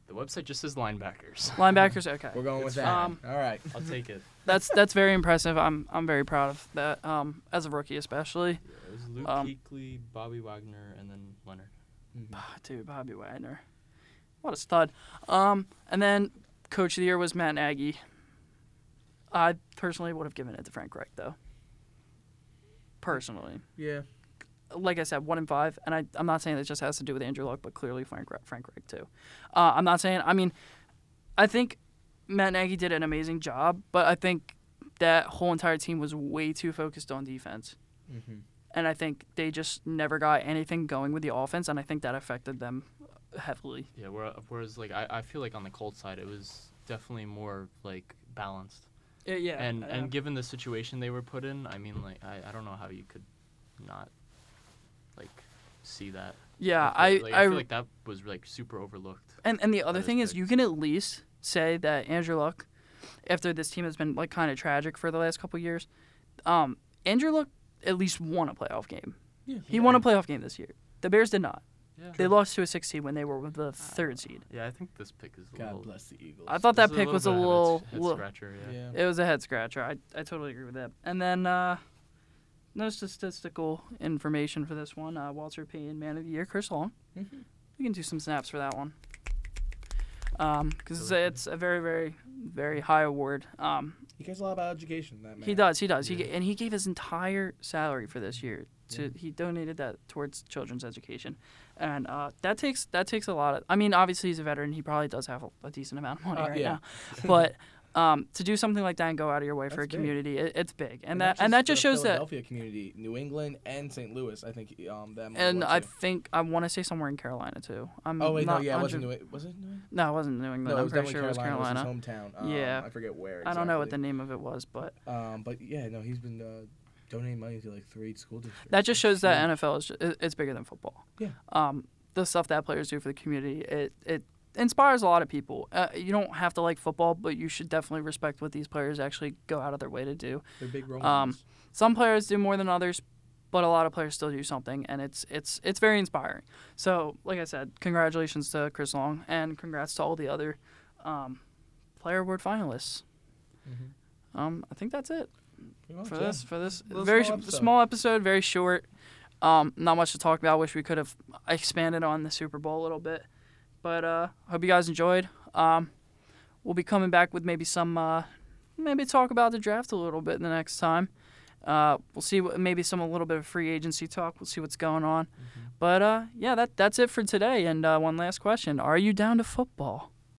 [SPEAKER 5] the website just says linebackers.
[SPEAKER 3] linebackers. Okay,
[SPEAKER 4] We're going with
[SPEAKER 5] It's
[SPEAKER 4] that.
[SPEAKER 3] fine.
[SPEAKER 4] All right.
[SPEAKER 5] I'll take it.
[SPEAKER 3] that's that's very impressive. I'm I'm very proud of that um, as a rookie especially.
[SPEAKER 5] Yeah, it was Luke
[SPEAKER 3] Um,
[SPEAKER 5] Kuechly, Bobby Wagner, and then Leonard.
[SPEAKER 3] Ah, Dude, Bobby Wagner. What a stud. Um, and then coach of the year was Matt Nagy. I personally would have given it to Frank Reich though. Personally.
[SPEAKER 4] Yeah.
[SPEAKER 3] Like I said, one in five, and I, I'm not saying that just has to do with Andrew Luck, but clearly Frank Re- Frank Reich too. Uh, I'm not saying. I mean, I think Matt Nagy did an amazing job, but I think that whole entire team was way too focused on defense,
[SPEAKER 5] Mm-hmm.
[SPEAKER 3] and I think they just never got anything going with the offense, and I think that affected them heavily.
[SPEAKER 5] Yeah, where- whereas like I, I feel like on the Colts side it was definitely more like balanced.
[SPEAKER 3] yeah,
[SPEAKER 5] and and given the situation they were put in, I mean like I, I don't know how you could not like see that.
[SPEAKER 3] yeah,
[SPEAKER 5] I
[SPEAKER 3] I,
[SPEAKER 5] feel, like,
[SPEAKER 3] I,
[SPEAKER 5] I feel like that was like super overlooked.
[SPEAKER 3] And and the other
[SPEAKER 5] is
[SPEAKER 3] thing is,
[SPEAKER 5] big.
[SPEAKER 3] you can at least say that Andrew Luck, after this team has been like kind of tragic for the last couple of years, um, Andrew Luck at least won a playoff game.
[SPEAKER 4] Yeah.
[SPEAKER 3] He won a playoff game this year. The Bears did not.
[SPEAKER 5] Yeah.
[SPEAKER 3] They lost to a six seed when they were with the
[SPEAKER 5] Uh,
[SPEAKER 3] third seed.
[SPEAKER 5] Yeah, I think this pick is a little.
[SPEAKER 4] God bless the Eagles.
[SPEAKER 3] I thought
[SPEAKER 5] this
[SPEAKER 3] that
[SPEAKER 5] is
[SPEAKER 3] pick was a
[SPEAKER 5] bit of
[SPEAKER 3] little,
[SPEAKER 5] head,
[SPEAKER 3] little-
[SPEAKER 5] scratcher. Yeah.
[SPEAKER 4] Yeah.
[SPEAKER 3] it was a head scratcher. I, I totally agree with that. And then uh, no statistical information for this one. Uh, Walter Payton, man of the year, Chris Long. We can do some snaps for that one. Because
[SPEAKER 5] Really
[SPEAKER 3] it's a very, very, very high award. Um,
[SPEAKER 4] He cares a lot about education. That man.
[SPEAKER 3] he does. He does. He
[SPEAKER 5] Yeah.
[SPEAKER 3] He and he gave his entire salary for this year. To he donated that towards children's education, and uh, that takes that takes a lot of. I mean, obviously he's a veteran. He probably does have a, a decent amount of money
[SPEAKER 4] Uh,
[SPEAKER 3] right
[SPEAKER 4] yeah.
[SPEAKER 3] now, but um, to do something like that and go out of your way for a
[SPEAKER 4] That's big.
[SPEAKER 3] community, it, it's big, and, that and that just
[SPEAKER 4] the
[SPEAKER 3] shows that.
[SPEAKER 4] Philadelphia community, New England, and St. Louis. I think um that. might have
[SPEAKER 3] And
[SPEAKER 4] went
[SPEAKER 3] I
[SPEAKER 4] to.
[SPEAKER 3] think I want to say somewhere in Carolina too. I'm
[SPEAKER 4] Oh wait, no,
[SPEAKER 3] not
[SPEAKER 4] yeah, it wasn't
[SPEAKER 3] 100
[SPEAKER 4] New. Eng- Was it New? England?
[SPEAKER 3] No, it wasn't New England.
[SPEAKER 4] No, it
[SPEAKER 3] I'm
[SPEAKER 4] was
[SPEAKER 3] pretty
[SPEAKER 4] definitely
[SPEAKER 3] sure it was
[SPEAKER 4] Carolina.
[SPEAKER 3] Carolina.
[SPEAKER 4] It was his hometown. Um,
[SPEAKER 3] Yeah.
[SPEAKER 4] I forget where.
[SPEAKER 3] I don't know what the
[SPEAKER 4] exactly.
[SPEAKER 3] name of it was, but
[SPEAKER 4] Um, but yeah, no, he's been uh, donating money to like three school districts.
[SPEAKER 3] that just shows that NFL is ju- it- it's bigger than football.
[SPEAKER 4] yeah.
[SPEAKER 3] um, the stuff that players do for the community. It it inspires a lot of people. Uh, you don't have to like football, but you should definitely respect what these players actually go out of their way to do.
[SPEAKER 4] They're big role
[SPEAKER 3] Um,
[SPEAKER 4] models.
[SPEAKER 3] some players do more than others, but a lot of players still do something, and it's it's it's very inspiring. So, like I said, congratulations to Chris Long, and congrats to all the other um, player award finalists. Um, I think that's it
[SPEAKER 4] Pretty much,
[SPEAKER 3] for
[SPEAKER 4] yeah.
[SPEAKER 3] this for this
[SPEAKER 4] Little
[SPEAKER 3] very small
[SPEAKER 4] small
[SPEAKER 3] episode.
[SPEAKER 4] episode.
[SPEAKER 3] small episode, very short. Um, not much to talk about. I wish we could have expanded on the Super Bowl a little bit, but uh, hope you guys enjoyed. Um, we'll be coming back with maybe some uh, maybe talk about the draft a little bit the next time. Uh, we'll see what maybe some a little bit of free agency talk. We'll see what's going on, but uh, yeah, that that's it for today. And uh, one last question: Are you down to football?